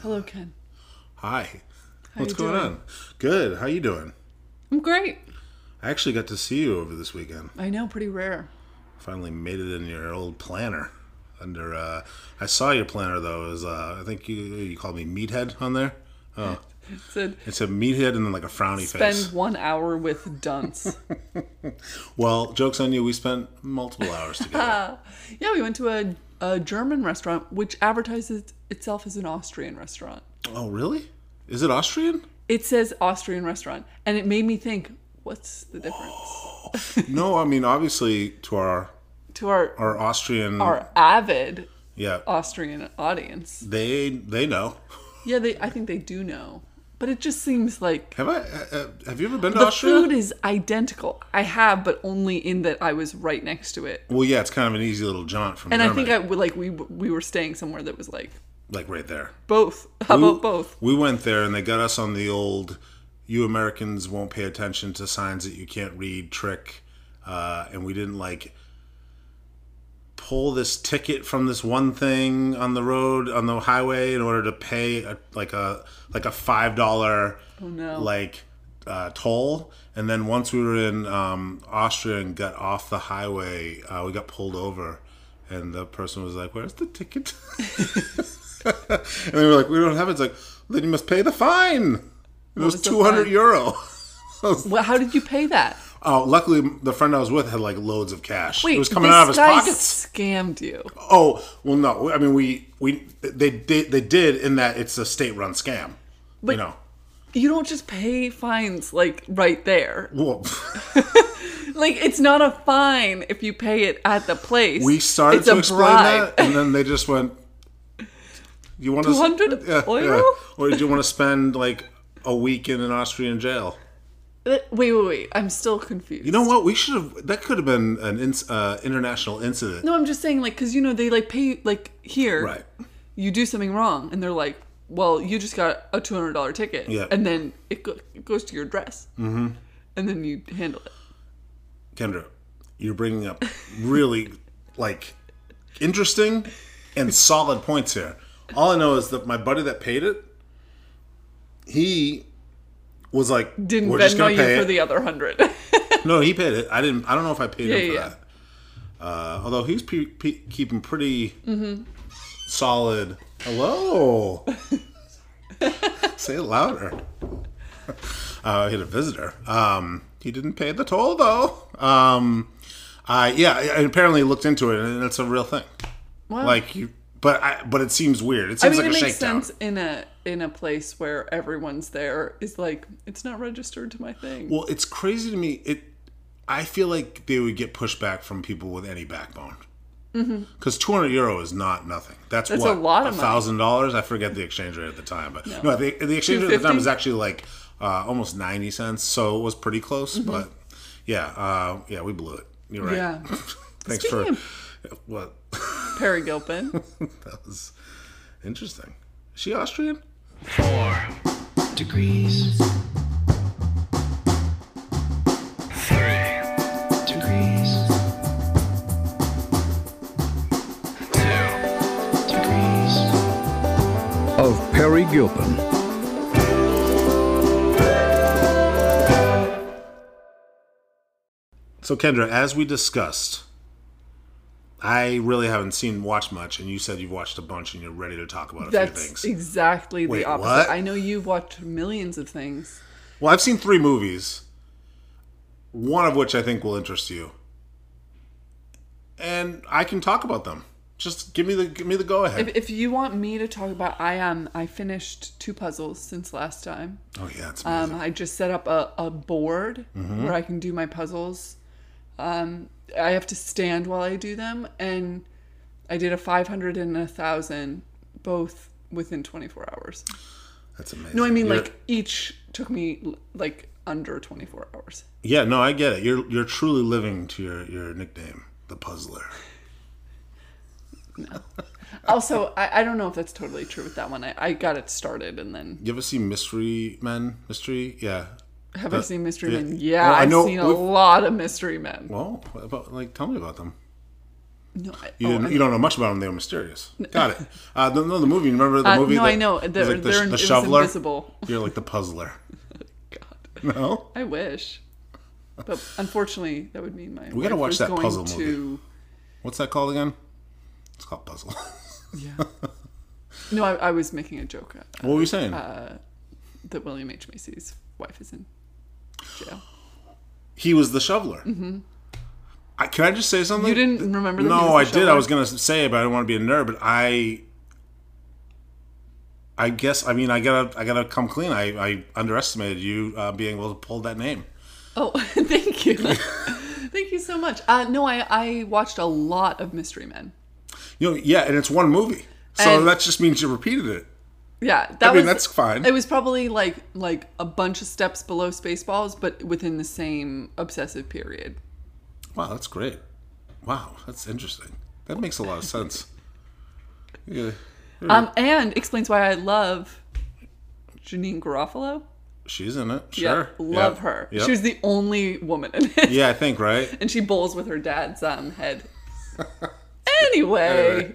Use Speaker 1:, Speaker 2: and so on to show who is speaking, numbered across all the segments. Speaker 1: Hello, Ken.
Speaker 2: Hi.
Speaker 1: How
Speaker 2: What's
Speaker 1: you
Speaker 2: going
Speaker 1: doing?
Speaker 2: on? Good. How you doing?
Speaker 1: I'm great.
Speaker 2: I actually got to see you over this weekend.
Speaker 1: I know, pretty rare.
Speaker 2: Finally made it in your old planner. Under uh I saw your planner though. It was uh I think you you called me meathead on there. Oh.
Speaker 1: It said,
Speaker 2: It's a meathead and then like a frowny
Speaker 1: spend
Speaker 2: face.
Speaker 1: one hour with dunce.
Speaker 2: Well, jokes on you, we spent multiple hours together.
Speaker 1: yeah, we went to a, a German restaurant, which advertises itself as an Austrian restaurant.
Speaker 2: oh really? Is it Austrian?
Speaker 1: It says Austrian restaurant, and it made me think, what's the difference?
Speaker 2: No, I mean obviously to our
Speaker 1: To our,
Speaker 2: our Austrian
Speaker 1: our avid
Speaker 2: yeah.
Speaker 1: Austrian audience.
Speaker 2: They they know.
Speaker 1: Yeah, they. I think they do know. But it just seems like
Speaker 2: Have I uh, have you ever been to
Speaker 1: the
Speaker 2: Austria?
Speaker 1: food is identical. I have, but only in that I was right next to it.
Speaker 2: Well, yeah, it's kind of an easy little jaunt from
Speaker 1: And I
Speaker 2: Germany.
Speaker 1: think I would like we we were staying somewhere that was like
Speaker 2: like right there.
Speaker 1: both. How
Speaker 2: We-
Speaker 1: about both?
Speaker 2: We went there and they got us on the old you Americans won't pay attention to signs that you can't read trick. Uh, and we didn't like pull this ticket from this one thing on the road on the highway in order to pay a, like a like a five dollar
Speaker 1: no.
Speaker 2: like uh, toll and then once we were in um, austria and got off the highway uh, we got pulled over and the person was like where's the ticket and they were like we don't have it it's like then you must pay the fine it was
Speaker 1: was the
Speaker 2: 200
Speaker 1: fine?
Speaker 2: euro
Speaker 1: Well, how did you pay that?
Speaker 2: oh luckily the friend i was with had like loads of cash
Speaker 1: Wait,
Speaker 2: it was coming
Speaker 1: this
Speaker 2: out of his
Speaker 1: guy
Speaker 2: pockets
Speaker 1: Scammed you.
Speaker 2: Oh well, no. I mean, we we they did they did in that it's a state-run scam. you know,
Speaker 1: You don't just pay fines like right there.
Speaker 2: well,
Speaker 1: Like it's not a fine if you pay it at the place.
Speaker 2: we started
Speaker 1: it's
Speaker 2: to
Speaker 1: a
Speaker 2: explain
Speaker 1: bribe.
Speaker 2: that, and then they just went, "You want to
Speaker 1: 200 euro?
Speaker 2: or do you want to spend like a week in an Austrian jail?"
Speaker 1: that. Uh, Wait, wait, wait. I'm still confused.
Speaker 2: You know what? We should have. That could have been an ins uh, international incident,
Speaker 1: No, I'm just saying like because you know they like pay like here.
Speaker 2: right?
Speaker 1: You do something wrong, and they're like, "Well, you just got a two hundred dollar ticket."
Speaker 2: Yeah.
Speaker 1: And then it, go- it goes to your address. Mm-hmm. And then you handle it.
Speaker 2: Kendra, you're bringing up really like interesting and solid points here. All I know is that my buddy that paid it, he was like,
Speaker 1: Didn't
Speaker 2: "We're just
Speaker 1: Venmo
Speaker 2: gonna
Speaker 1: you
Speaker 2: pay
Speaker 1: for
Speaker 2: it."
Speaker 1: the other hundred.
Speaker 2: no, he paid it. I didn't. I don't know if I paid him
Speaker 1: Yeah,
Speaker 2: for
Speaker 1: yeah.
Speaker 2: that. Uh, although he's pe- pe- keeping pretty solid. Hello.
Speaker 1: Mm-hmm.
Speaker 2: Say it louder. Uh, he had a visitor. Um, he didn't pay the toll though. Um, I yeah. I I apparently looked into it, and it's a real thing.
Speaker 1: Wow.
Speaker 2: Like you, but I, but it seems weird. It
Speaker 1: I
Speaker 2: seems
Speaker 1: mean, it
Speaker 2: like a
Speaker 1: makes
Speaker 2: shakedown.
Speaker 1: sense in a in a place where everyone's there is like it's not registered to my thing.
Speaker 2: Well, it's crazy to me. It, I feel like they would get pushback from people with any backbone. Because mm-hmm. 200 euro is not nothing. That's,
Speaker 1: That's
Speaker 2: what
Speaker 1: a lot of money.
Speaker 2: thousand dollars. I forget the exchange rate at the time, but no, the, the exchange rate at the
Speaker 1: 250?
Speaker 2: time was actually like uh, almost 90 cents, so it was pretty close. But yeah, uh, yeah, we blew it. You're right.
Speaker 1: Mm-hmm. Yeah.
Speaker 2: Thanks for
Speaker 1: Speaking
Speaker 2: what
Speaker 1: Perry Gilpin.
Speaker 2: that was interesting. Is she Austrian?
Speaker 3: four degrees. Three degrees. Two degrees.
Speaker 4: of Perry Gilpin.
Speaker 2: So Kendra, as we discussed, I really haven't seen watched much, and you said you've watched a bunch, and you're ready to talk about a few
Speaker 1: That's
Speaker 2: things.
Speaker 1: exactly
Speaker 2: Wait,
Speaker 1: the opposite.
Speaker 2: what?
Speaker 1: I know you've watched millions of things.
Speaker 2: well, I've seen three movies, one of which I think will interest you, and I can talk about them. Just give me the give me the go ahead.
Speaker 1: If, if you want me to talk about, I am. I finished two puzzles since last time.
Speaker 2: oh yeah, it's amazing.
Speaker 1: Um, I just set up a, a board
Speaker 2: Mm-hmm.
Speaker 1: where I can do my puzzles. Um, I have to stand while I do them, and I did a 500 and a 1,000, both within 24 hours.
Speaker 2: That's amazing.
Speaker 1: No, I mean,
Speaker 2: You're-
Speaker 1: like, each took me, l- like, under 24 hours.
Speaker 2: yeah, no, I get it. You're you're truly living to your your nickname, the Puzzler.
Speaker 1: Also, I, I don't know if that's totally true with that one. I, I got it started, and then
Speaker 2: You ever see Mystery Men? Mystery, yeah.
Speaker 1: have I seen Mystery
Speaker 2: yeah.
Speaker 1: Men? Yeah,
Speaker 2: Well, I
Speaker 1: I've
Speaker 2: know
Speaker 1: seen a
Speaker 2: we've-
Speaker 1: lot of Mystery Men.
Speaker 2: Well, what about like tell me about them.
Speaker 1: No, I,
Speaker 2: You,
Speaker 1: oh,
Speaker 2: didn't,
Speaker 1: I-
Speaker 2: you don't know much about them. They were mysterious. Got it. Uh, no, no, the movie. Remember the
Speaker 1: Uh,
Speaker 2: movie?
Speaker 1: no,
Speaker 2: that
Speaker 1: I know.
Speaker 2: was
Speaker 1: They're-
Speaker 2: the,
Speaker 1: they're
Speaker 2: the
Speaker 1: in- it was
Speaker 2: shoveler.
Speaker 1: invisible.
Speaker 2: You're like the puzzler.
Speaker 1: God,
Speaker 2: No.
Speaker 1: I wish. But unfortunately, that would mean my. We
Speaker 2: gotta watch that
Speaker 1: going
Speaker 2: puzzle movie.
Speaker 1: to,
Speaker 2: What's that called again? It's called puzzle.
Speaker 1: Yeah. no, I, I was making a joke uh,
Speaker 2: what were you saying?
Speaker 1: that William H Macy's wife is in jail.
Speaker 2: he was the shoveler. I, can I just say something?
Speaker 1: mm-hmm. You didn't remember that he
Speaker 2: No, I
Speaker 1: was the
Speaker 2: did. I
Speaker 1: shoveler?
Speaker 2: was gonna say it, but I didn't want to be a nerd. But I, I guess I mean I gotta I gotta come clean. I, I underestimated you uh, being able to pull that name.
Speaker 1: Oh, thank you, thank you so much. Uh, no, I I watched a lot of Mystery Men.
Speaker 2: You know, yeah, and it's one movie, so
Speaker 1: And-
Speaker 2: that just means you repeated it.
Speaker 1: Yeah, that
Speaker 2: mean,
Speaker 1: was,
Speaker 2: that's fine.
Speaker 1: It was probably like like a bunch of steps below Spaceballs, but within the same obsessive period.
Speaker 2: Wow, that's great. Wow, that's interesting. That makes a lot of sense. Yeah. Hmm.
Speaker 1: Um, and explains why I love Janine Garofalo.
Speaker 2: She's in it. Sure.
Speaker 1: Yeah, love
Speaker 2: Yeah.
Speaker 1: her.
Speaker 2: Yeah.
Speaker 1: She was the only woman in it,
Speaker 2: yeah, I think right.
Speaker 1: and she bowls with her dad's um, head. anyway,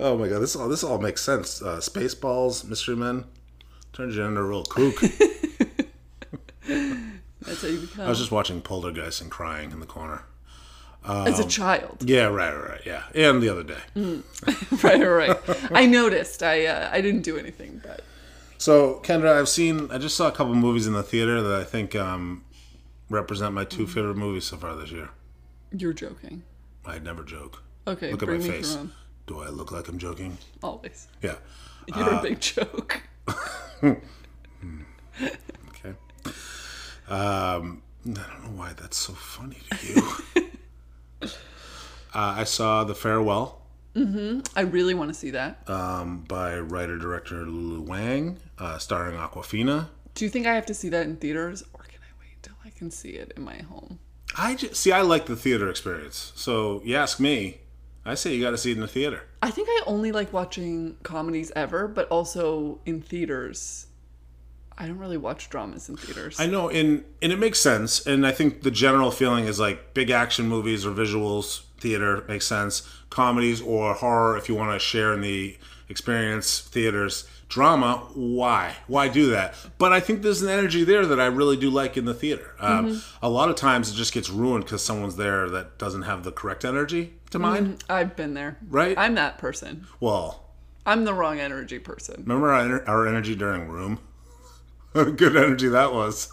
Speaker 2: Oh my god, this all this all makes sense. Uh, Spaceballs, Mystery Men, turns you into a real kook. I
Speaker 1: that's how you become
Speaker 2: was just watching Poltergeist and crying in the corner. Oh.
Speaker 1: as a child.
Speaker 2: Yeah, right, right, right, yeah. And the other day.
Speaker 1: Mm. right, right, right. I noticed. I uh, I didn't do anything, but
Speaker 2: So Kendra, I've seen. I just saw a couple movies in the theater that I think um, represent my
Speaker 1: Mm.
Speaker 2: 2 favorite movies so far this year.
Speaker 1: you're joking.
Speaker 2: I never joke.
Speaker 1: Okay,
Speaker 2: Look at
Speaker 1: bring
Speaker 2: my
Speaker 1: me
Speaker 2: face.
Speaker 1: through 'em.
Speaker 2: Do I look like I'm joking?
Speaker 1: Always,
Speaker 2: Yeah. Uh,
Speaker 1: you're a big joke.
Speaker 2: Okay. Um, I don't know why that's so funny to you. uh, I saw The Farewell. um,
Speaker 1: I really want to see that.
Speaker 2: Uh, by writer director Lulu Wang, uh, starring Aquafina.
Speaker 1: do you think I have to see that in theaters, or can I wait till I can see it in my home?
Speaker 2: I just, see. I like the theater experience. So you ask me, I say you got to see it in the theater.
Speaker 1: I think I only like watching comedies ever, but also in theaters. I don't really watch dramas in theaters.
Speaker 2: I know, and and it makes sense. And I think the general feeling is like big action movies or visuals, theater makes sense. Comedies or horror, if you want to share in the experience, theaters. Drama, why? Why do that? But I think there's an energy there that I really do like in the theater. Um, A lot of times it just gets ruined because someone's there that doesn't have the correct energy to mine.
Speaker 1: I've been there.
Speaker 2: Right?
Speaker 1: I'm that person.
Speaker 2: Well,
Speaker 1: I'm the wrong energy person.
Speaker 2: remember our, ener- our energy during Room? Good energy that was.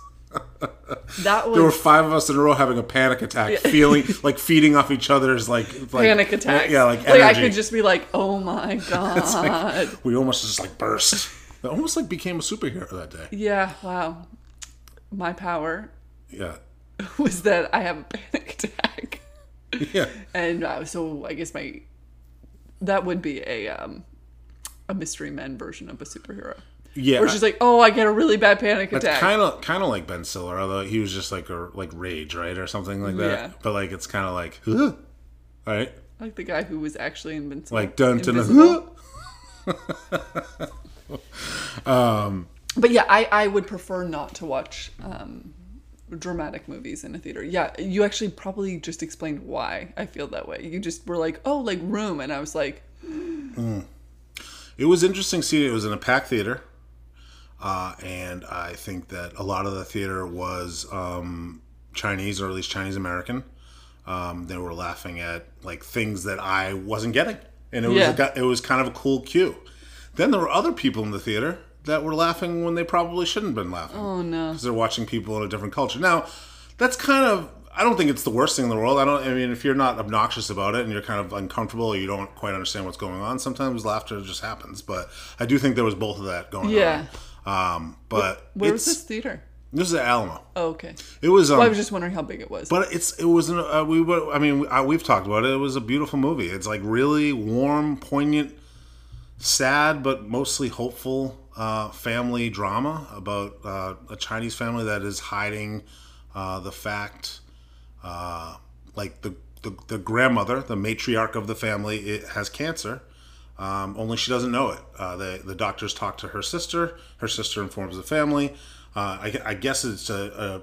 Speaker 1: That
Speaker 2: There were
Speaker 1: was
Speaker 2: five of us in a row having a panic attack, feeling like feeding off each other's like, like
Speaker 1: panic attacks.
Speaker 2: Yeah, like
Speaker 1: I
Speaker 2: energy.
Speaker 1: could just be like, "Oh my god."
Speaker 2: we almost just like burst. I almost like became a superhero that day.
Speaker 1: yeah. Wow. My power
Speaker 2: Yeah,
Speaker 1: was that I have a panic attack.
Speaker 2: yeah.
Speaker 1: and uh, so I guess my that would be a um, a mystery men version of a superhero,
Speaker 2: Yeah.
Speaker 1: which is like, oh, I get a really bad panic
Speaker 2: It's
Speaker 1: attack.
Speaker 2: kind of kind of like Ben Stiller, although he was just like a like rage, right, or something like that.
Speaker 1: Yeah.
Speaker 2: But like it's kind of like, huh? right,
Speaker 1: like the guy who was actually invincible.
Speaker 2: like dun dun. dun,
Speaker 1: invisible.
Speaker 2: huh?
Speaker 1: But yeah, I I would prefer not to watch um, dramatic movies in a theater. Yeah, you actually probably just explained why I feel that way. You just were like, oh, like room, and I was like,
Speaker 2: It was interesting seeing it. It was in a packed theater, uh, and I think that a lot of the theater was um, Chinese or at least Chinese American. Um, they were laughing at like things that I wasn't getting, and it was
Speaker 1: Yeah.
Speaker 2: a got- it was kind of a cool cue. Then there were other people in the theater that were laughing when they probably shouldn't have been laughing.
Speaker 1: oh no,
Speaker 2: because they're watching people in a different culture. Now, that's kind of I don't think it's the worst thing in the world. I don't. I mean, if you're not obnoxious about it and you're kind of uncomfortable, or you don't quite understand what's going on. Sometimes laughter just happens, but I do think there was both of that going
Speaker 1: Yeah.
Speaker 2: on. Um, but
Speaker 1: where was
Speaker 2: it's,
Speaker 1: this theater?
Speaker 2: This is at Alamo.
Speaker 1: Oh, okay,
Speaker 2: It was. Um,
Speaker 1: well, I was just wondering how big it was.
Speaker 2: but it's it was an, uh, we were, I mean I, we've talked about it. It was a beautiful movie. It's like really warm, poignant, sad but mostly hopeful uh, family drama about uh, a Chinese family that is hiding uh, the fact, uh, like the, the the grandmother, the matriarch of the family, it has cancer. Um, only she doesn't know it. Uh, the the doctors talk to her sister. Her sister informs the family. Uh, I, I guess it's a,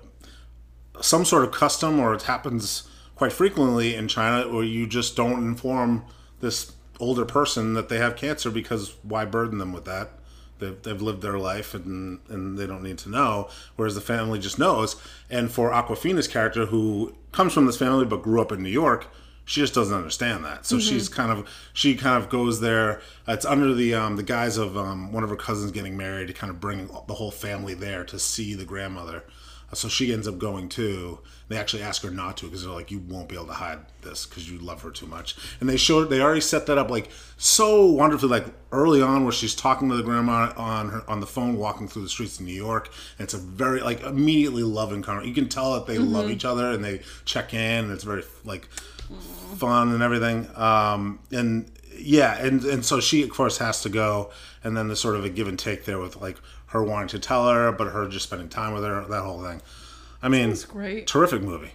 Speaker 2: a some sort of custom or it happens quite frequently in China where you just don't inform this older person that they have cancer because why burden them with that? They've, they've lived their life and, and they don't need to know, whereas the family just knows. And for Aquafina's character, who comes from this family but grew up in New York, she just doesn't understand that. So she's kind of she kind of goes there. It's under the um, the guise of um, one of her cousins getting married to kind of bring the whole family there to see the grandmother. Uh, So she ends up going too. They actually ask her not to because they're like, "You won't be able to hide this because you love her too much." And they showed they already set that up like so wonderfully, like early on where she's talking to the grandma on her on the phone, walking through the streets of New York. And it's a very like immediately loving conversation. You can tell that they love each other and they check in, and it's very like fun and everything. Um, and yeah, and and so she of course has to go, and then the sort of a give and take there with like her wanting to tell her, but her just spending time with her, that whole thing. I mean,
Speaker 1: It's great.
Speaker 2: terrific movie.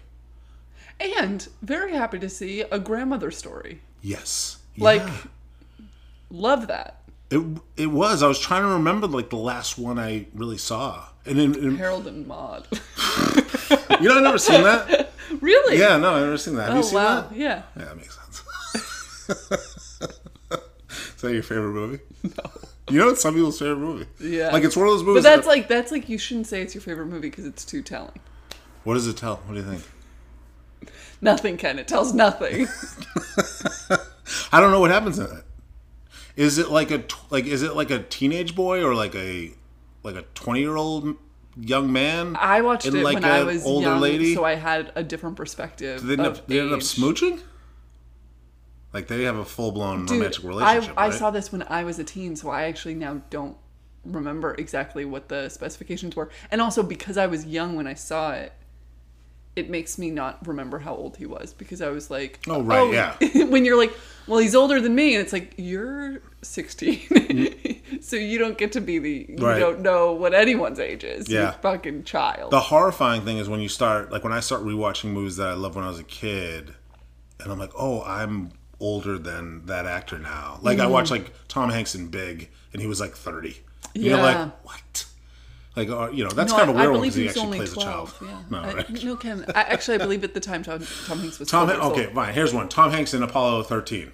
Speaker 1: And very happy to see a grandmother story.
Speaker 2: Yes,
Speaker 1: Like,
Speaker 2: Yeah.
Speaker 1: love that.
Speaker 2: it. It was. I was trying to remember like the last one I really saw, and in, in-
Speaker 1: Harold and Maude.
Speaker 2: you know I've never seen that.
Speaker 1: really?
Speaker 2: Yeah, no, I've never seen that. Have you
Speaker 1: Oh,
Speaker 2: seen
Speaker 1: wow.
Speaker 2: that?
Speaker 1: Yeah.
Speaker 2: Yeah, that makes sense. Is that your favorite movie? No. You know it's some people's favorite movie.
Speaker 1: Yeah.
Speaker 2: Like it's one of those movies.
Speaker 1: But that's
Speaker 2: that-
Speaker 1: like, that's like, you shouldn't say it's your favorite movie because it's too telling.
Speaker 2: What does it tell? What do you think?
Speaker 1: Nothing, Ken. It tells nothing.
Speaker 2: I don't know what happens in it. Is it like a t- like is it like a teenage boy or like a like a 20-year-old young man?
Speaker 1: I watched
Speaker 2: and
Speaker 1: it
Speaker 2: like
Speaker 1: when
Speaker 2: a
Speaker 1: I was
Speaker 2: older
Speaker 1: young,
Speaker 2: lady?
Speaker 1: so I had a different perspective.
Speaker 2: they end
Speaker 1: of
Speaker 2: up they end up
Speaker 1: age.
Speaker 2: smooching? Like they have a full-blown
Speaker 1: Dude,
Speaker 2: romantic
Speaker 1: I,
Speaker 2: relationship,
Speaker 1: I
Speaker 2: right?
Speaker 1: saw this when I was a teen, so I actually now don't remember exactly what the specifications were. And also because I was young when I saw it, it makes me not remember how old he was because I was like,
Speaker 2: Oh, right, yeah.
Speaker 1: when you're like, well, he's older than me, and it's like you're 16, so you don't get to be the you
Speaker 2: Mm. Right.
Speaker 1: don't know what anyone's age is.
Speaker 2: Yeah.
Speaker 1: you fucking child.
Speaker 2: The horrifying thing is when you start like when I start rewatching movies that I loved when I was a kid and I'm like, "Oh, I'm older than that actor now." Like I
Speaker 1: Mm-hmm.
Speaker 2: watched like Tom Hanks in Big and he was like 30. And You're
Speaker 1: Yeah.
Speaker 2: like, "What?" Like, uh, you know, that's
Speaker 1: No,
Speaker 2: kind of a
Speaker 1: I- I
Speaker 2: weird one
Speaker 1: believe
Speaker 2: because he
Speaker 1: was
Speaker 2: actually
Speaker 1: only
Speaker 2: plays a
Speaker 1: 12,
Speaker 2: child.
Speaker 1: Yeah.
Speaker 2: No,
Speaker 1: I-
Speaker 2: right.
Speaker 1: no, Ken. I, actually, I believe at the time Tom, Tom Hanks was
Speaker 2: Tom,
Speaker 1: 12 years
Speaker 2: okay,
Speaker 1: old.
Speaker 2: fine. Here's one. Tom Hanks in Apollo 13,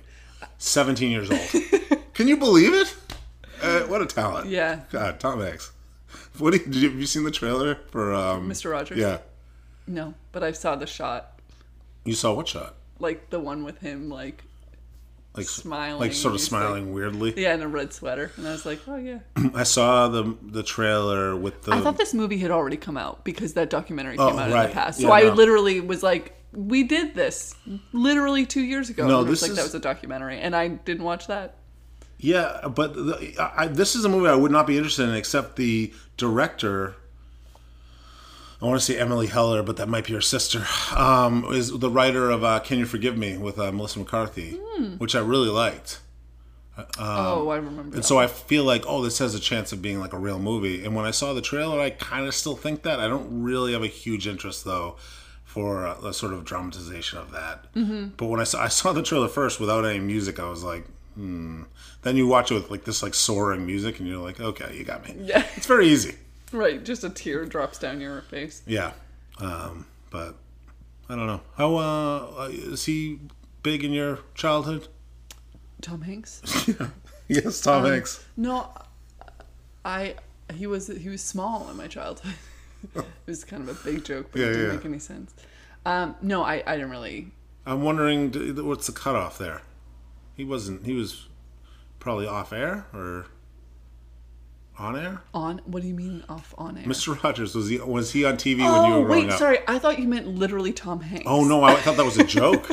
Speaker 2: 17 years old. Can you believe it? Uh, what a talent!
Speaker 1: Yeah.
Speaker 2: God, Tom Hanks. What do you, did you, have you seen the trailer for um,
Speaker 1: Mr. Rogers?
Speaker 2: Yeah,
Speaker 1: No, but I saw the shot,
Speaker 2: you saw what shot?
Speaker 1: like the one with him, like
Speaker 2: Like
Speaker 1: Smiling,
Speaker 2: like sort of
Speaker 1: he's
Speaker 2: smiling weirdly.
Speaker 1: yeah, in a red sweater, and I was like, oh yeah.
Speaker 2: I saw the the trailer with the
Speaker 1: I thought this movie had already come out because that documentary
Speaker 2: Oh,
Speaker 1: came out in
Speaker 2: right.
Speaker 1: the past.
Speaker 2: Yeah,
Speaker 1: so I
Speaker 2: no.
Speaker 1: literally was like, we did this literally two years ago.
Speaker 2: No,
Speaker 1: and I was
Speaker 2: this
Speaker 1: like that
Speaker 2: is-
Speaker 1: was a documentary, and I didn't watch that.
Speaker 2: yeah, but the, I, I- this is a movie I would not be interested in except the director. I want to say Emily Heller, but that might be her sister. Um, is the writer of uh, "Can You Forgive Me" with uh, Melissa McCarthy,
Speaker 1: Hmm.
Speaker 2: which I really liked. Um,
Speaker 1: oh, I remember.
Speaker 2: And
Speaker 1: that.
Speaker 2: so I feel like, oh, this has a chance of being like a real movie. And when I saw the trailer, I kind of still think that. I don't really have a huge interest though for a, a sort of dramatization of that. But when I saw I saw the trailer first without any music, I was like, hmm. Then you watch it with like this like soaring music, and you're like, okay, you got me.
Speaker 1: Yeah.
Speaker 2: it's very easy.
Speaker 1: right, just a tear drops down your face.
Speaker 2: Yeah, um, but I don't know how uh, is he big in your childhood?
Speaker 1: Tom Hanks.
Speaker 2: Yes, Tom Hanks.
Speaker 1: No, I he was he was small in my childhood. it was kind of a big joke, but
Speaker 2: Yeah,
Speaker 1: it didn't
Speaker 2: yeah.
Speaker 1: make any sense. Um, no, I, I didn't really.
Speaker 2: I'm wondering d- what's the cutoff there. He wasn't. He was probably off air or on air.
Speaker 1: On what do you mean off on air?
Speaker 2: Mr. Rogers was he was he on TV
Speaker 1: oh
Speaker 2: when you were growing
Speaker 1: wait,
Speaker 2: up?
Speaker 1: sorry, I thought you meant literally Tom Hanks.
Speaker 2: Oh no, I thought that was a joke.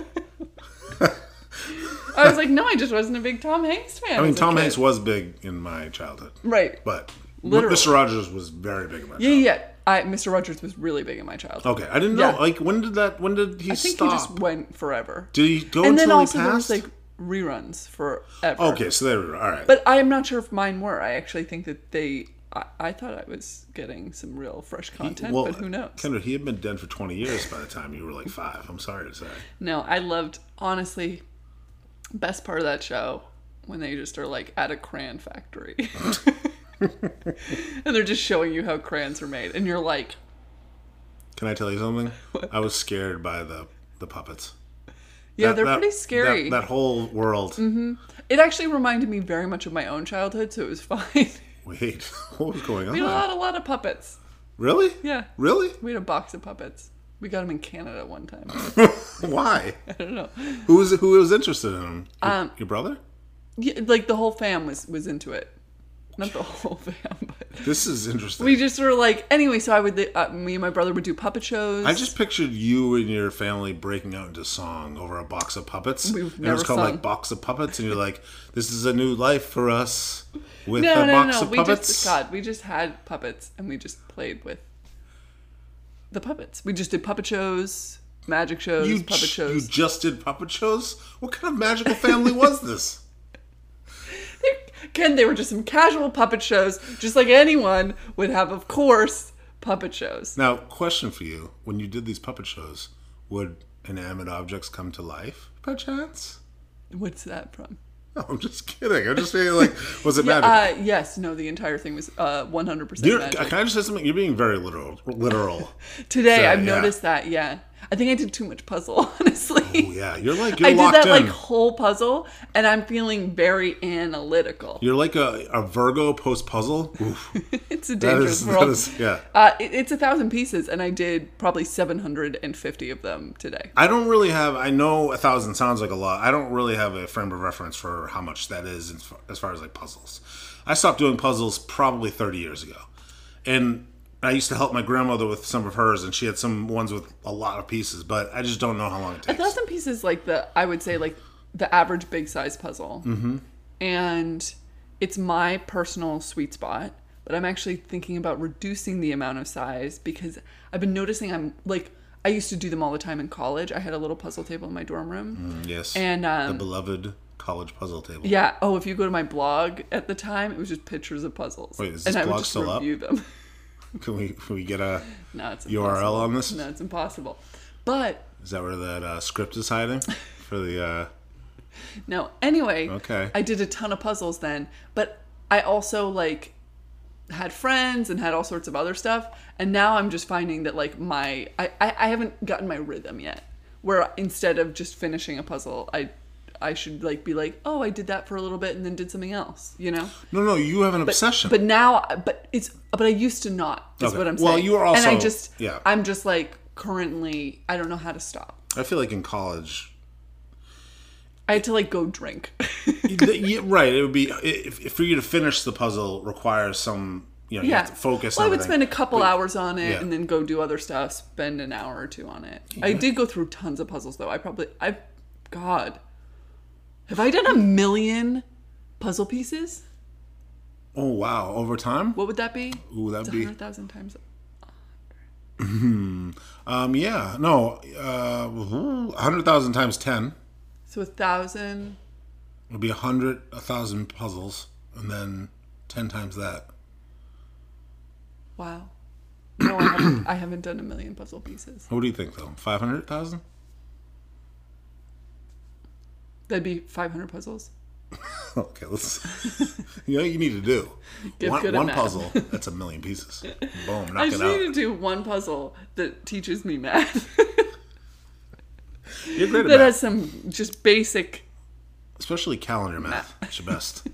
Speaker 1: I was like, no, I just wasn't a big Tom Hanks fan.
Speaker 2: I mean,
Speaker 1: as a
Speaker 2: Tom
Speaker 1: kid.
Speaker 2: Hanks was big in my childhood,
Speaker 1: right.
Speaker 2: but uh,
Speaker 1: Literally.
Speaker 2: Mr. Rogers was very big in my
Speaker 1: yeah, yeah.
Speaker 2: childhood.
Speaker 1: I Mr. Rogers was really big in my childhood.
Speaker 2: Okay, I didn't know.
Speaker 1: Yeah.
Speaker 2: Like when did that? When did he
Speaker 1: I think
Speaker 2: Oh, stop?
Speaker 1: he just went forever.
Speaker 2: did he go
Speaker 1: and
Speaker 2: until
Speaker 1: then also
Speaker 2: he
Speaker 1: there was
Speaker 2: passed?
Speaker 1: like reruns forever.
Speaker 2: okay, so there we go. All right.
Speaker 1: But I'm not sure if mine were. I actually think that they. I, I thought I was getting some real fresh content, but who knows?
Speaker 2: Kendra, he had been dead for 20 years by the time you were like five. I'm sorry to say.
Speaker 1: No, I loved honestly. Best part of that show when they just are like at a crayon factory, and they're just showing you how crayons are made, and you're like,
Speaker 2: Can I tell you something? I was scared by the the puppets.
Speaker 1: Yeah,
Speaker 2: That-
Speaker 1: they're
Speaker 2: that-
Speaker 1: pretty scary. Mm-hmm.
Speaker 2: That, that whole world.
Speaker 1: It actually reminded me very much of my own childhood, so it was fine. we
Speaker 2: Wait, what was going on?
Speaker 1: had a lot, a lot of puppets.
Speaker 2: Really?
Speaker 1: Yeah.
Speaker 2: Really?
Speaker 1: We had a box of puppets. We got them in Canada one time.
Speaker 2: Why?
Speaker 1: I don't know.
Speaker 2: Who was who was interested in him? Your,
Speaker 1: Um,
Speaker 2: your brother?
Speaker 1: Yeah, like the whole fam was was into it. Not the whole fam, but
Speaker 2: This is interesting.
Speaker 1: we just were like. Anyway, so I would. Uh, me and my brother would do puppet shows.
Speaker 2: I just pictured you and your family breaking out into song over a box of puppets.
Speaker 1: We've
Speaker 2: and it was
Speaker 1: never
Speaker 2: called
Speaker 1: sung.
Speaker 2: like Box of Puppets, and you're like, "This is a new life for us with
Speaker 1: no,
Speaker 2: a
Speaker 1: no,
Speaker 2: box
Speaker 1: no.
Speaker 2: of
Speaker 1: We
Speaker 2: puppets."
Speaker 1: just God, we just had puppets and we just played with the puppets. We just did puppet shows, magic shows,
Speaker 2: you,
Speaker 1: puppet
Speaker 2: j- you
Speaker 1: shows.
Speaker 2: just did puppet shows. What kind of magical family was this?
Speaker 1: Again, they were just some casual puppet shows, just like anyone would have, of course, puppet shows.
Speaker 2: Now, question for you: When you did these puppet shows, would inanimate objects come to life by chance?
Speaker 1: What's that from?
Speaker 2: No, I'm just kidding. I'm just saying, like, was it magic?
Speaker 1: Uh, yes, no, the entire thing was uh, 100%
Speaker 2: You're,
Speaker 1: magic.
Speaker 2: can I just say something? You're being very literal. Literal.
Speaker 1: Today,
Speaker 2: So,
Speaker 1: I've
Speaker 2: yeah.
Speaker 1: noticed that, yeah. I think I did too much puzzle, honestly.
Speaker 2: Oh, yeah, you're like you're
Speaker 1: I did
Speaker 2: locked
Speaker 1: that
Speaker 2: in.
Speaker 1: like whole puzzle, and I'm feeling very analytical.
Speaker 2: you're like a, a Virgo post puzzle.
Speaker 1: It's a
Speaker 2: That
Speaker 1: dangerous
Speaker 2: is,
Speaker 1: world.
Speaker 2: that is, yeah.
Speaker 1: Uh, it, it's a thousand pieces, and I did probably 750 of them today.
Speaker 2: I don't really have. I know a thousand sounds like a lot. I don't really have a frame of reference for how much that is as far, as far as like puzzles. I stopped doing puzzles probably thirty years ago, and I used to help my grandmother with some of hers, and she had some ones with a lot of pieces. But I just don't know how long it
Speaker 1: A
Speaker 2: takes.
Speaker 1: thousand pieces, like the, I would say, like the average big size puzzle. Mm-hmm. And it's my personal sweet spot, but I'm actually thinking about reducing the amount of size because I've been noticing I'm like, I used to do them all the time in college. I had a little puzzle table in my dorm room.
Speaker 2: Yes,
Speaker 1: And,
Speaker 2: the
Speaker 1: um,
Speaker 2: beloved college puzzle table.
Speaker 1: Yeah. Oh, if you go to my blog at the time, it was just pictures of puzzles.
Speaker 2: Wait, is
Speaker 1: and
Speaker 2: this
Speaker 1: I would
Speaker 2: blog
Speaker 1: just
Speaker 2: still up?
Speaker 1: review them.
Speaker 2: Can we can we get a?
Speaker 1: no, it's
Speaker 2: URL
Speaker 1: impossible.
Speaker 2: on this?
Speaker 1: No, it's impossible. But
Speaker 2: Is that where that uh, script is hiding for the? Uh,
Speaker 1: no, anyway.
Speaker 2: Okay.
Speaker 1: I did a ton of puzzles then, but I also like had friends and had all sorts of other stuff. And now I'm just finding that like my I, I, I haven't gotten my rhythm yet. Where instead of just finishing a puzzle, I I should like be like, oh, I did that for a little bit and then did something else, you know?
Speaker 2: no, no, you have an obsession.
Speaker 1: But now, but it's but I used to not. Is
Speaker 2: Okay.
Speaker 1: what I'm saying.
Speaker 2: Well, you are
Speaker 1: and I
Speaker 2: also-
Speaker 1: just
Speaker 2: yeah.
Speaker 1: I'm just like currently I don't know how to stop.
Speaker 2: I feel like in college
Speaker 1: I had to like go drink.
Speaker 2: The- yeah, right. It would be if, if for you to finish the puzzle requires some. You know, you
Speaker 1: yeah,
Speaker 2: have to focus.
Speaker 1: Well,
Speaker 2: on
Speaker 1: I would spend
Speaker 2: everything.
Speaker 1: a couple hours on it
Speaker 2: yeah.
Speaker 1: and then go do other stuff. Spend an hour or two on it. I did go through tons of puzzles though. I probably I, God, have I done a million puzzle pieces?
Speaker 2: Oh wow! Over time,
Speaker 1: What would that be?
Speaker 2: Ooh, that'd
Speaker 1: It's
Speaker 2: be-
Speaker 1: hundred thousand times.
Speaker 2: um, yeah, no, uh, hundred thousand times ten
Speaker 1: So a thousand.
Speaker 2: would be a hundred, a thousand puzzles, and then ten times that.
Speaker 1: Wow. No, I haven't, I haven't done a million puzzle pieces.
Speaker 2: What do you think, though? Five hundred thousand?
Speaker 1: That'd be 500 puzzles.
Speaker 2: Okay, let's. you know, what you need to do
Speaker 1: Get
Speaker 2: one,
Speaker 1: good at
Speaker 2: one
Speaker 1: math.
Speaker 2: puzzle. That's a million pieces. Boom!
Speaker 1: I
Speaker 2: Knock
Speaker 1: just
Speaker 2: it
Speaker 1: need to
Speaker 2: out.
Speaker 1: do one puzzle that teaches me math.
Speaker 2: You're great at
Speaker 1: that
Speaker 2: math,
Speaker 1: has some just basic.
Speaker 2: especially calendar math. It's your best.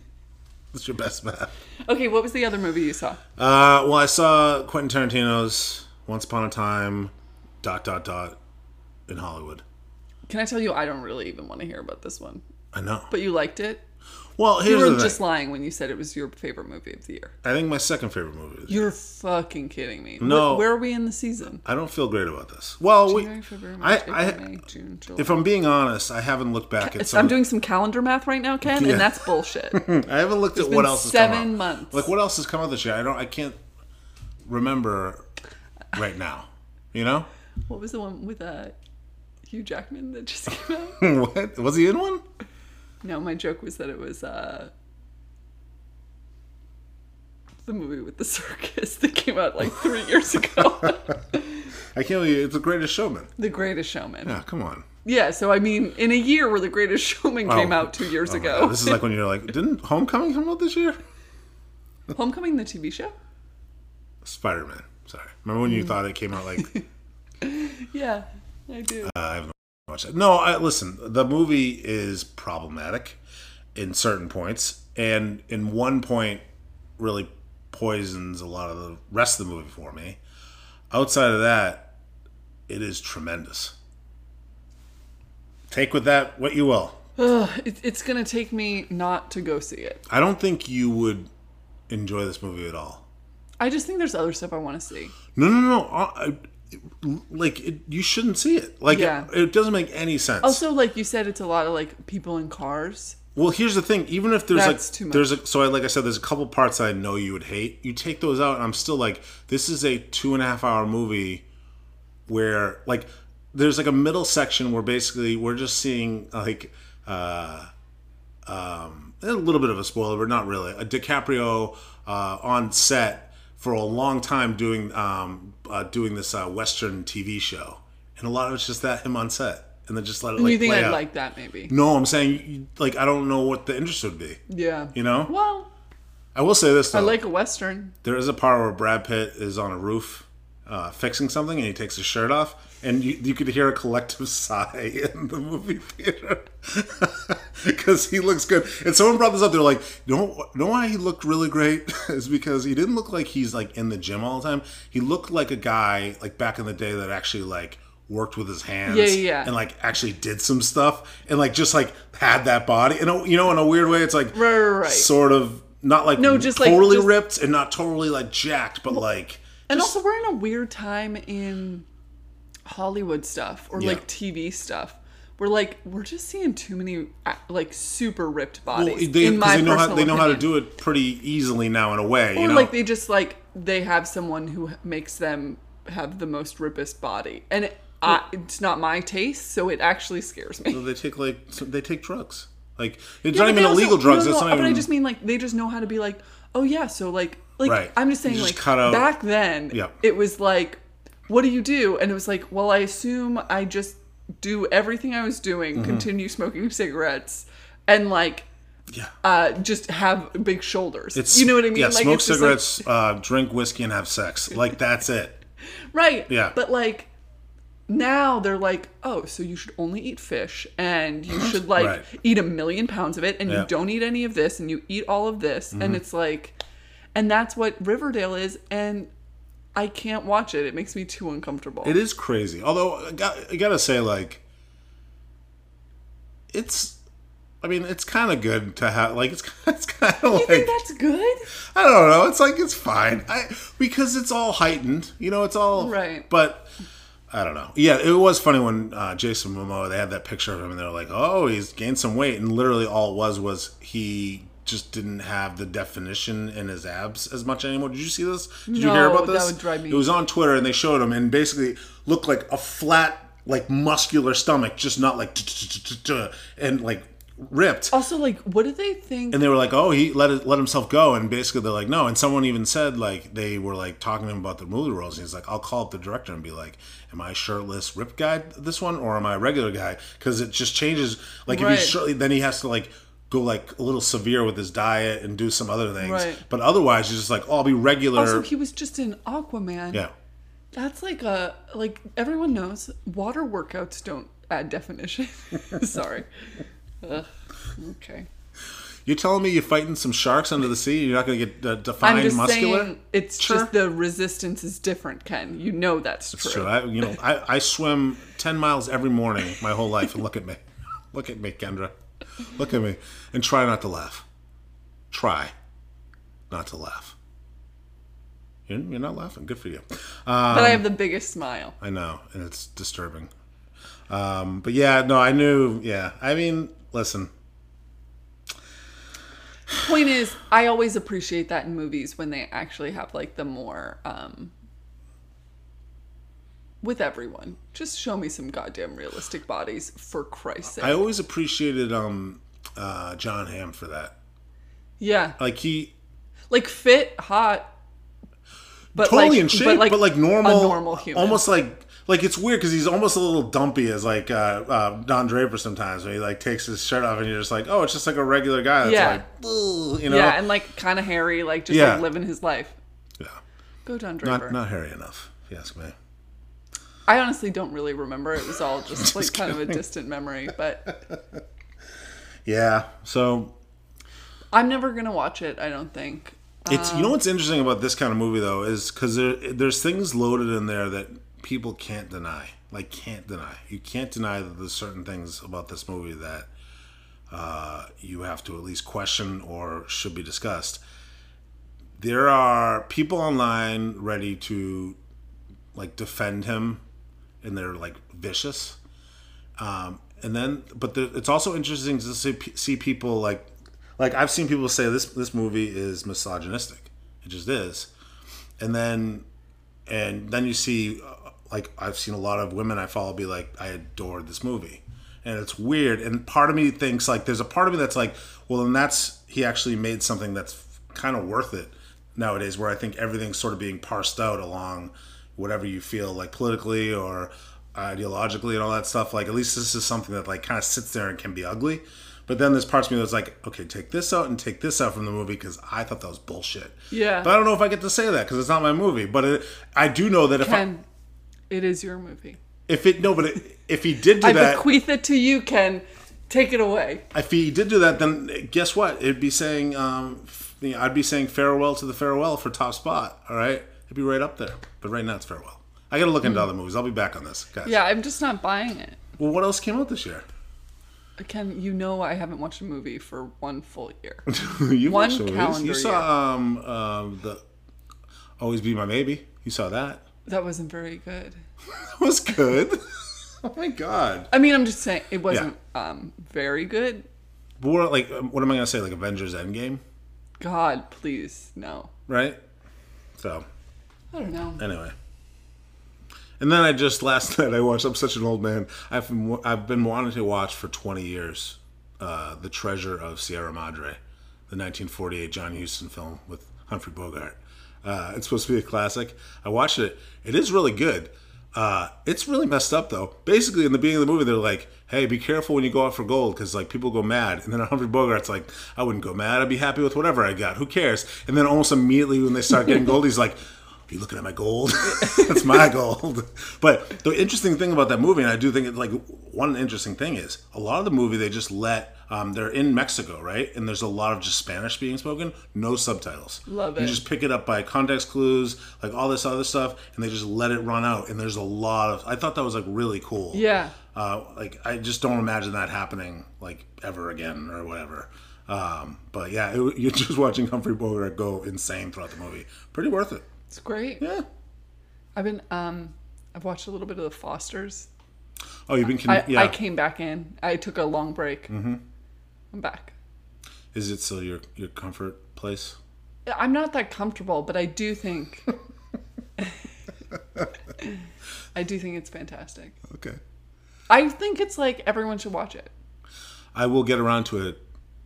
Speaker 2: It's your best math.
Speaker 1: Okay, what was the other movie you saw?
Speaker 2: Uh, well, I saw Quentin Tarantino's Once Upon a Time, dot dot dot, in Hollywood.
Speaker 1: Can I tell you? I don't really even want to hear about this one.
Speaker 2: I know.
Speaker 1: But you liked it.
Speaker 2: well,
Speaker 1: You
Speaker 2: here's
Speaker 1: were
Speaker 2: the thing.
Speaker 1: just lying when you said it was your favorite movie of the year.
Speaker 2: I think my second favorite movie. Is,
Speaker 1: You're fucking kidding me. Wh-
Speaker 2: No.
Speaker 1: Where are we in the season?
Speaker 2: I don't feel great about this. Well, we,
Speaker 1: January, February,
Speaker 2: I,
Speaker 1: March, April, May,
Speaker 2: I,
Speaker 1: June, July.
Speaker 2: if I'm being honest, I haven't looked back at
Speaker 1: It's-
Speaker 2: some.
Speaker 1: I'm doing some calendar math right now, Ken,
Speaker 2: Yeah.
Speaker 1: and that's bullshit.
Speaker 2: I haven't looked at
Speaker 1: been
Speaker 2: what else has
Speaker 1: seven
Speaker 2: come out.
Speaker 1: months.
Speaker 2: Like what else has come out this year? I don't. I can't remember right now. You know
Speaker 1: what was the one with uh, Hugh Jackman that just came out?
Speaker 2: what was he in one?
Speaker 1: No, my joke was that it was uh the movie with the circus that came out like three years ago.
Speaker 2: I can't. believe It's the Greatest Showman.
Speaker 1: the Greatest Showman. Yeah.
Speaker 2: Yeah, come on.
Speaker 1: so I mean, in a year where The Greatest Showman came
Speaker 2: Oh.
Speaker 1: out two years
Speaker 2: Oh my
Speaker 1: ago.
Speaker 2: God, This is like when you're like, didn't Homecoming come out this year?
Speaker 1: Homecoming, the TV show?
Speaker 2: Spider Man. Sorry. Remember when you thought it came out like
Speaker 1: Yeah, I do.
Speaker 2: uh, I have no watch it. No, I listen. The movie is problematic in certain points, and in one point, really poisons a lot of the rest of the movie for me. Outside of that, it is tremendous. Take with that what you will.
Speaker 1: It, it's gonna take me not to go see it.
Speaker 2: I don't think you would enjoy this movie at all.
Speaker 1: I just think there's other stuff I want to see.
Speaker 2: No, no, no. I, I- like it, you shouldn't see it. Like
Speaker 1: Yeah. Oh,
Speaker 2: it, it doesn't make any sense.
Speaker 1: Also, like you said, it's a lot of like people in cars.
Speaker 2: well, here's the thing. Even if there's
Speaker 1: That's
Speaker 2: like
Speaker 1: too much.
Speaker 2: there's a, so I, like I said, there's a couple parts I know you would hate. You take those out, and I'm still like, this is a two and a half hour movie where like there's like a middle section where basically we're just seeing like uh um a little bit of a spoiler but not really a DiCaprio uh on set for a long time doing um uh, doing this uh western TV show and a lot of it's just that him on set and then just let it like
Speaker 1: you think
Speaker 2: play
Speaker 1: I'd
Speaker 2: out.
Speaker 1: like that maybe?
Speaker 2: no I'm saying you- like I don't know what the interest would be
Speaker 1: Yeah.
Speaker 2: you know
Speaker 1: Well,
Speaker 2: I will say this though
Speaker 1: I like a western.
Speaker 2: there is a part where Brad Pitt is on a roof uh, fixing something and he takes his shirt off, and you, you could hear a collective sigh in the movie theater because he looks good. And someone brought this up. They're like, "No, know why he looked really great is because he didn't look like he's like in the gym all the time. He looked like a guy like back in the day that actually like." Worked with his hands,
Speaker 1: Yeah, yeah, yeah.
Speaker 2: and like actually did some stuff, and like just like had that body, and you know, in a weird way, it's like
Speaker 1: Right, right, right.
Speaker 2: sort of not like
Speaker 1: No, just, like,
Speaker 2: totally
Speaker 1: just-
Speaker 2: ripped and not totally like jacked, but like
Speaker 1: And also, we're in a weird time in Hollywood stuff or
Speaker 2: Yeah.
Speaker 1: like TV stuff. We're like we're just seeing too many uh, like super ripped
Speaker 2: well,
Speaker 1: bodies.
Speaker 2: they, 'cause
Speaker 1: in my
Speaker 2: they know how
Speaker 1: personal
Speaker 2: they know how to
Speaker 1: opinion.
Speaker 2: do it pretty easily now in a way.
Speaker 1: Or
Speaker 2: you know,
Speaker 1: like they just like they have someone who makes them have the most rippest body, and it, I, it's not my taste, so it actually scares me.
Speaker 2: they take like so they take drugs. Like it's
Speaker 1: Yeah,
Speaker 2: not
Speaker 1: but
Speaker 2: even
Speaker 1: they also-
Speaker 2: illegal drugs.
Speaker 1: No, no,
Speaker 2: That's not
Speaker 1: but
Speaker 2: even.
Speaker 1: I just mean like they just know how to be like, oh yeah, so like like
Speaker 2: Right.
Speaker 1: I'm just saying
Speaker 2: You just
Speaker 1: like
Speaker 2: cut out-
Speaker 1: back then
Speaker 2: Yeah.
Speaker 1: it was like, what do you do? And it was like, well, I assume I just do everything I was
Speaker 2: Mm-hmm.
Speaker 1: doing, continue smoking cigarettes, and like
Speaker 2: yeah.
Speaker 1: uh just have big shoulders. you know what I mean?
Speaker 2: Yeah,
Speaker 1: like,
Speaker 2: smoke
Speaker 1: it's just,
Speaker 2: cigarettes, uh, drink whiskey, and have sex. Like that's it.
Speaker 1: like- right.
Speaker 2: Yeah.
Speaker 1: But like. Now they're like, oh, so you should only eat fish and you should like
Speaker 2: Right.
Speaker 1: eat a million pounds of it and
Speaker 2: Yeah. Mm-hmm.
Speaker 1: you don't eat any of this and you eat all of this and it's like and that's what Riverdale is and I can't watch it. It makes me too uncomfortable.
Speaker 2: It is crazy. Although I, got, I gotta say, like, it's. I mean, it's kind of good to have. Like, it's it's kind of like
Speaker 1: you think that's good?
Speaker 2: I don't know. It's like it's fine. I because it's all heightened. You know, it's all
Speaker 1: Right.
Speaker 2: But I don't know. Yeah, it was funny when uh, Jason Momoa they had that picture of him and they're like, "Oh, he's gained some weight," and literally all it was was he just didn't have the definition in his abs as much anymore. Did you see this? Did you hear
Speaker 1: No,
Speaker 2: about
Speaker 1: that
Speaker 2: this?
Speaker 1: would drive me-
Speaker 2: It was on Twitter and they showed him and basically looked like a flat, like muscular stomach, just not like and like ripped
Speaker 1: Also, like, what do they think?
Speaker 2: and they were like, "Oh, he let it, let himself go," and basically they're like, "No." And someone even said like they were like talking to him about the movie roles, and he's like, "I'll call up the director and be like, am I shirtless rip guy this one or am I a regular guy?" Because it just changes. Like if
Speaker 1: Right.
Speaker 2: he's shirtless, then he has to like go like a little severe with his diet and do some other things.
Speaker 1: Right.
Speaker 2: But otherwise, he's just like, "Oh, I'll be regular."
Speaker 1: also, he was just in Aquaman.
Speaker 2: yeah.
Speaker 1: That's like a like everyone knows water workouts don't add definition. Sorry. Ugh. Okay.
Speaker 2: You're telling me you're fighting some sharks under the sea? You're not going to get uh,
Speaker 1: I'm
Speaker 2: defined
Speaker 1: just
Speaker 2: muscular?
Speaker 1: saying it's
Speaker 2: Sure.
Speaker 1: just the resistance is different, Ken. You know that's true.
Speaker 2: It's true. I, you know, I, I swim ten miles every morning my whole life, and look at me, look at me, Kendra, look at me, and try not to laugh. Try not to laugh. You're, you're not laughing. Good for you.
Speaker 1: but
Speaker 2: Um,
Speaker 1: I have the biggest smile.
Speaker 2: I know, and it's disturbing. Um, but yeah, no, I knew. Yeah, I mean, listen,
Speaker 1: Point is, I always appreciate that in movies when they actually have like the more um with everyone. Just show me some goddamn realistic bodies for Christ's sake.
Speaker 2: I always appreciated um, uh, John Hamm for that.
Speaker 1: yeah.
Speaker 2: Like he
Speaker 1: like fit, hot, but
Speaker 2: totally
Speaker 1: like,
Speaker 2: in shape, but like, normal,
Speaker 1: a normal human.
Speaker 2: Almost like like it's weird because he's almost a little dumpy as like uh, uh, Don Draper sometimes when he like takes his shirt off and you're just like, oh, it's just like a regular guy. That's
Speaker 1: Yeah.
Speaker 2: like, "Ugh," you know,
Speaker 1: yeah, and like kind of hairy, like just
Speaker 2: uh, Yeah.
Speaker 1: like living his life.
Speaker 2: Yeah.
Speaker 1: Go Don Draper.
Speaker 2: not not hairy enough, if you ask me.
Speaker 1: I honestly don't really remember. It was all just, like kind of a distant memory, but
Speaker 2: Yeah. So
Speaker 1: I'm never going to watch it, I don't think.
Speaker 2: It's you know what's interesting about this kind of movie though is because there there's things loaded in there that people can't deny, like can't deny. You can't deny that there's certain things about this movie that uh, you have to at least question or should be discussed. There are people online ready to like defend him, and they're like vicious. Um, and then, but the, it's also interesting to see, see people like, like I've seen people say this this movie is misogynistic. It just is. And then, and then you see, uh, like I've seen a lot of women I follow be like, I adored this movie, and it's weird. And part of me thinks like, there's a part of me that's like, well, then that's he actually made something that's kind of worth it nowadays, where I think everything's sort of being parsed out along whatever you feel like politically or ideologically and all that stuff. Like at least this is something that like kind of sits there and can be ugly. But then there's parts of me that's like, okay, take this out and take this out from the movie because I thought that was bullshit.
Speaker 1: Yeah.
Speaker 2: But I don't know if I get to say that because it's not my movie. But it, I do know that if I,
Speaker 1: Ken, it is your movie.
Speaker 2: if it no, but it, if he did do
Speaker 1: I
Speaker 2: that,
Speaker 1: bequeath it to you, Ken. Take it away.
Speaker 2: if he did do that, then guess what? It'd be saying, um, f- you know, I'd be saying farewell to the farewell for top spot. All right, it'd be right up there. But right now it's farewell. I got to look into other movies. I'll be back on this, guys.
Speaker 1: Hmm. Yeah, I'm just not buying it.
Speaker 2: Well, what else came out this year?
Speaker 1: Ken, you know I haven't watched a movie for one full year.
Speaker 2: you
Speaker 1: One
Speaker 2: watched the movies.
Speaker 1: calendar
Speaker 2: You saw um, um, the Always Be My Baby. You saw that.
Speaker 1: that wasn't very good.
Speaker 2: That was good. oh my god.
Speaker 1: I mean, I'm just saying it wasn't um, very good.
Speaker 2: But what, like, um, what am I gonna say? Like Avengers Endgame,
Speaker 1: God, please, no.
Speaker 2: right? So
Speaker 1: I don't know.
Speaker 2: anyway. And then I just last night I watched. I'm such an old man. I've been, wa- I've been wanting to watch for 20 years, uh, the Treasure of Sierra Madre, the 1948 John Huston film with Humphrey Bogart. Uh, it's supposed to be a classic. I watched it. It is really good. Uh, it's really messed up though. Basically, in the beginning of the movie, they're like, "Hey, be careful when you go out for gold, because like people go mad." And then Humphrey Bogart's like, "I wouldn't go mad. I'd be happy with whatever I got. Who cares?" And then almost immediately when they start getting gold, he's like, "You looking at my gold? That's my gold." But the interesting thing about that movie, and I do think it like one interesting thing is a lot of the movie they just let. Um, they're in Mexico, right? And there's a lot of just Spanish being spoken, no subtitles.
Speaker 1: Love
Speaker 2: You
Speaker 1: it.
Speaker 2: just pick it up by context clues, like all this other stuff, and they just let it run out. And there's a lot of. I thought that was like really cool.
Speaker 1: Yeah.
Speaker 2: Uh, like I just don't imagine that happening like ever again or whatever. Um, but yeah, it, you're just watching Humphrey Bogart go insane throughout the movie. Pretty worth it.
Speaker 1: It's great.
Speaker 2: Yeah.
Speaker 1: I've been um I've watched a little bit of the Fosters.
Speaker 2: Oh, you've been. Con-
Speaker 1: I,
Speaker 2: yeah.
Speaker 1: I came back in. I took a long break. Mm-hmm. I'm back.
Speaker 2: Is it still your your comfort place?
Speaker 1: I'm not that comfortable, but I do think I do think it's fantastic.
Speaker 2: Okay.
Speaker 1: I think it's like everyone should watch it.
Speaker 2: I will get around to it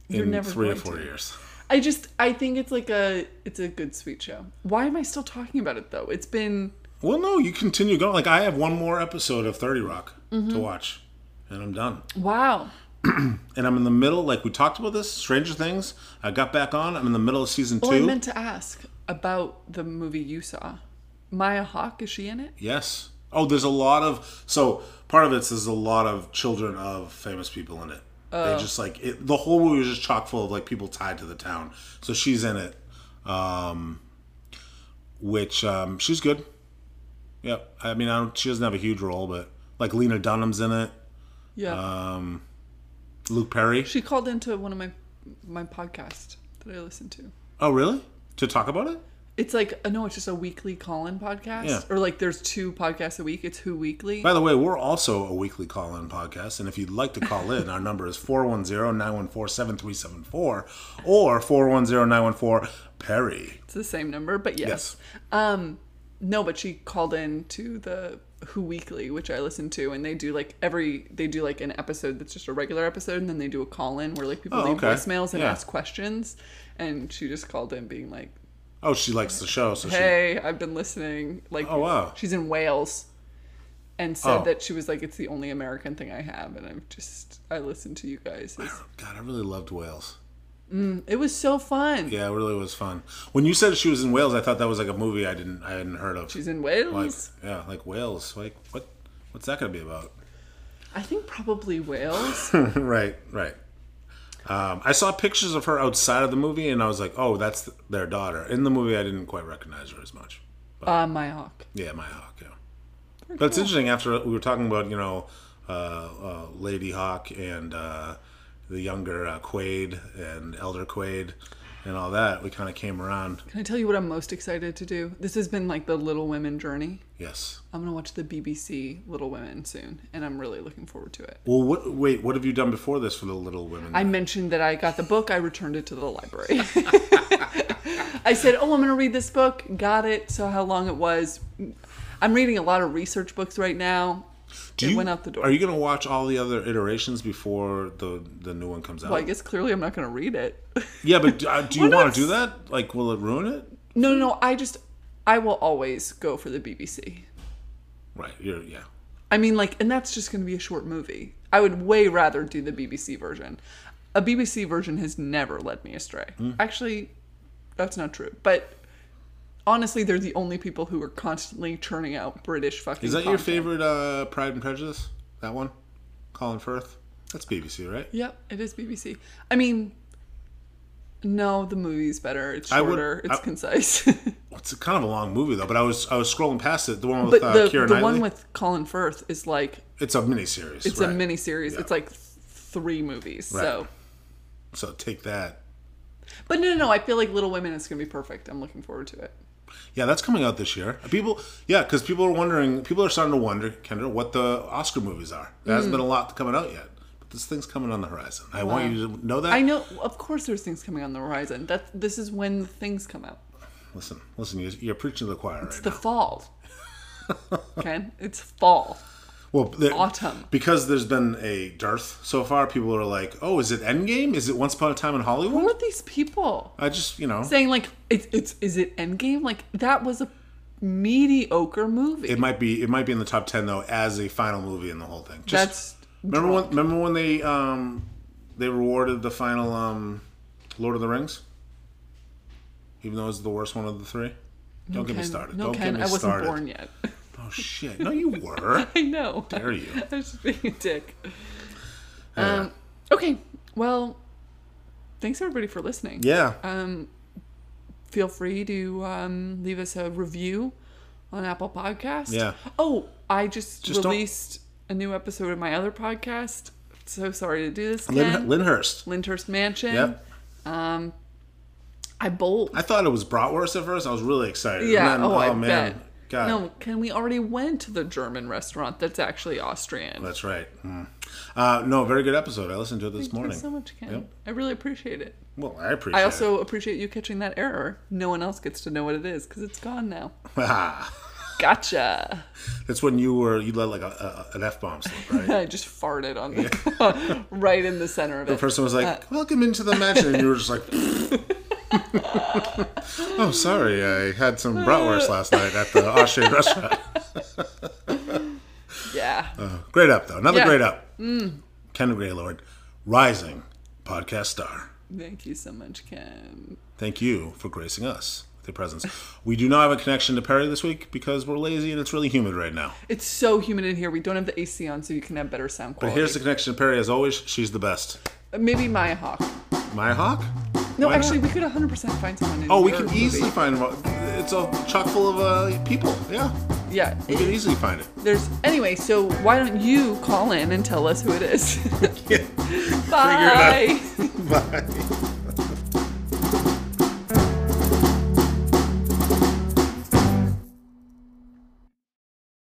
Speaker 1: You're
Speaker 2: in
Speaker 1: never
Speaker 2: three or
Speaker 1: going
Speaker 2: four
Speaker 1: to.
Speaker 2: years.
Speaker 1: I just I think it's like a it's a good sweet show. Why am I still talking about it though? It's been
Speaker 2: Well, no, you continue going. Like I have one more episode of Thirty Rock
Speaker 1: Mm-hmm.
Speaker 2: to watch, and I'm done.
Speaker 1: wow.
Speaker 2: and I'm in the middle. Like we talked about this, Stranger Things. I got back on. I'm in the middle of season two.
Speaker 1: Well, Oh, I meant to ask about the movie you saw. Maya Hawke, is she in it?
Speaker 2: yes. Oh, there's a lot of so part of it's there's a lot of children of famous people in it. They just like it, the whole movie was just chock full of like people tied to the town. So she's in it, um, which um, she's good. Yep. I mean, I don't, she doesn't have a huge role, but like Lena Dunham's in it.
Speaker 1: Yeah.
Speaker 2: Um, Luke Perry.
Speaker 1: She called into one of my my podcasts that I listen to.
Speaker 2: Oh, really? To talk about it?
Speaker 1: It's like uh, no, it's just a weekly call-in podcast,
Speaker 2: Yeah.
Speaker 1: or like there's two podcasts a week. It's Who Weekly.
Speaker 2: By the way, we're also a weekly call in podcast. And if you'd like to call in, our number is 410 914 7374 or 410 914 Perry.
Speaker 1: it's the same number, but yes.
Speaker 2: Yes.
Speaker 1: Um, no, but she called in to the Who Weekly, which I listen to, and they do like every they do like an episode that's just a regular episode, and then they do a call-in where like people
Speaker 2: Oh,
Speaker 1: leave
Speaker 2: okay.
Speaker 1: voicemails and
Speaker 2: Yeah.
Speaker 1: ask questions. And she just called in, being like,
Speaker 2: Oh, she likes the show. So
Speaker 1: hey i've been listening like
Speaker 2: Oh, wow.
Speaker 1: she's in wales and said
Speaker 2: Oh.
Speaker 1: that she was like it's the only american thing i have and i'm just i listen to you guys It's-
Speaker 2: she. God, I really loved Wales.
Speaker 1: It was so fun.
Speaker 2: Yeah, it really was fun. When you said she was in Wales, I thought that was like a movie I didn't I hadn't heard of.
Speaker 1: She's in
Speaker 2: like
Speaker 1: Wales.
Speaker 2: yeah, like Wales. Like what? What's that gonna be about?
Speaker 1: I think probably Wales.
Speaker 2: right, right. Um, I saw pictures of her outside of the movie, and I was like, "Oh, that's th- their daughter." In the movie, I didn't quite recognize her as much.
Speaker 1: uh, Myhawk.
Speaker 2: Yeah, my hawk. Yeah, but it's interesting. After we were talking about, you know, uh, uh, Lady Hawk and uh, the younger uh, Quaid and Elder Quaid and all that, we kind of came around.
Speaker 1: Can I tell you what I'm most excited to do? This has been like the Little Women journey.
Speaker 2: Yes.
Speaker 1: I'm gonna watch the BBC Little Women soon, and I'm really looking forward to it.
Speaker 2: Well, what, wait, what have you done before this for the Little Women?
Speaker 1: I mentioned that I got the book. I returned it to the library. I said, "Oh, I'm going to read this book." Got it. So how long it was? I'm reading a lot of research books right now.
Speaker 2: Do
Speaker 1: it
Speaker 2: you-
Speaker 1: went out the door.
Speaker 2: Are you going to watch all the other iterations before the the new one comes out?
Speaker 1: Well, I guess clearly I'm not going to read it.
Speaker 2: Yeah, but do, uh, do you
Speaker 1: Why
Speaker 2: want
Speaker 1: not?
Speaker 2: to do that? Like, will it ruin it?
Speaker 1: no, no, no. I just, I will always go for the BBC.
Speaker 2: Right. You're, yeah.
Speaker 1: I mean, like, and that's just going to be a short movie. I would way rather do the BBC version. A BBC version has never led me astray.
Speaker 2: Hmm.
Speaker 1: Actually, that's not true. But honestly, they're the only people who are constantly churning out British fucking.
Speaker 2: Is that your
Speaker 1: content.
Speaker 2: favorite uh, Pride and Prejudice? That one, Colin Firth. That's BBC, right?
Speaker 1: Yep, it is BBC. I mean, no, the movie's better. It's
Speaker 2: I would-
Speaker 1: shorter. it's
Speaker 2: I- uh,
Speaker 1: concise.
Speaker 2: It's kind of a long movie though. But I was I was scrolling past it. The one with
Speaker 1: but
Speaker 2: uh,
Speaker 1: the
Speaker 2: Keira
Speaker 1: the
Speaker 2: Knightley.
Speaker 1: one with Colin Firth is like
Speaker 2: it's a miniseries.
Speaker 1: it's a
Speaker 2: right.
Speaker 1: mini series.
Speaker 2: Yeah.
Speaker 1: It's like th- three movies.
Speaker 2: Right.
Speaker 1: So,
Speaker 2: So take that.
Speaker 1: but no, no, no. I feel like Little Women is gonna be perfect. I'm looking forward to it.
Speaker 2: Yeah, that's coming out this year. People, yeah, because people are wondering. People are starting to wonder, Kendra, what the Oscar movies are. There
Speaker 1: Hmm.
Speaker 2: hasn't been a lot coming out yet, but this thing's coming on the horizon. I want you to know that.
Speaker 1: I know, of course, there's things coming on the horizon. That this is when things come out.
Speaker 2: Listen, listen. You're, you're preaching to the choir right
Speaker 1: It's the fall. Ken, it's fall.
Speaker 2: Well, the,
Speaker 1: Autumn.
Speaker 2: because there's been a dearth so far. People are like, "Oh, is it Endgame? Is it Once Upon a Time in
Speaker 1: Who
Speaker 2: Hollywood?"
Speaker 1: are these people?
Speaker 2: I just, you know,
Speaker 1: saying like it's it's is it Endgame? Like that was a mediocre movie.
Speaker 2: it might be it might be in the top ten though as a final movie in the whole thing. Just
Speaker 1: That's
Speaker 2: remember when remember when they um they rewarded the final um Lord of the Rings, even though it's the worst one of the three. Don't get me
Speaker 1: Ken-
Speaker 2: started.
Speaker 1: No,
Speaker 2: Don't
Speaker 1: Ken,
Speaker 2: get me
Speaker 1: I wasn't
Speaker 2: started.
Speaker 1: born yet.
Speaker 2: Oh shit! No, you were.
Speaker 1: I know.
Speaker 2: Dare you?
Speaker 1: I was just being a dick.
Speaker 2: Yeah.
Speaker 1: Um, okay, well, thanks everybody for listening.
Speaker 2: yeah.
Speaker 1: Um, feel free to um, leave us a review on Apple Podcast.
Speaker 2: Yeah.
Speaker 1: Oh, I just,
Speaker 2: Just don't-
Speaker 1: released a new episode of my other podcast. So sorry to do this, Ken.
Speaker 2: Lin, Lyndhurst.
Speaker 1: Lyndhurst Mansion.
Speaker 2: Yep.
Speaker 1: Um, I bolt.
Speaker 2: I thought it was bratwurst at first. I was really excited. And
Speaker 1: Yeah.
Speaker 2: then-
Speaker 1: oh, I
Speaker 2: man.
Speaker 1: bet.
Speaker 2: God.
Speaker 1: No, can we already went to the German restaurant that's actually Austrian?
Speaker 2: That's right. Mm. Uh, no, very good episode. I listened to it this morning.
Speaker 1: Thanks so much, Ken.
Speaker 2: Yep.
Speaker 1: I really appreciate it.
Speaker 2: Well, I appreciate.
Speaker 1: I also appreciate you catching that error. No one else gets to know what it is because it's gone now.
Speaker 2: it.
Speaker 1: Gotcha.
Speaker 2: That's when you were you let like a, a, an f bomb slip, right?
Speaker 1: I just farted on the right in the center of it.
Speaker 2: The person was like, "Welcome into the mansion," and you were just like, "Oh, sorry, I had some bratwurst last night at the Austrian restaurant." Uh,
Speaker 1: yeah.
Speaker 2: Great up though, another
Speaker 1: Yeah.
Speaker 2: great up. Ken Graylord, rising podcast star.
Speaker 1: Thank you so much, Ken.
Speaker 2: Thank you for gracing us with your presence. We do not have a connection to Perry this week because we're lazy and it's really humid right now.
Speaker 1: It's so humid in here. We don't have the AC on, so you can have better sound
Speaker 2: But
Speaker 1: quality.
Speaker 2: here's the connection to Perry. As always, she's the best.
Speaker 1: Maybe my hawk.
Speaker 2: My hawk?
Speaker 1: No,
Speaker 2: Why not?
Speaker 1: actually, we could 100% find someone. In
Speaker 2: Oh, we
Speaker 1: your
Speaker 2: can
Speaker 1: movie.
Speaker 2: easily find one. It's a chock full of uh, people. Yeah,
Speaker 1: Yeah.
Speaker 2: we can easily find it.
Speaker 1: There's anyway. So why don't you call in and tell us who it is?
Speaker 2: Yeah.
Speaker 1: Bye.
Speaker 2: Bye.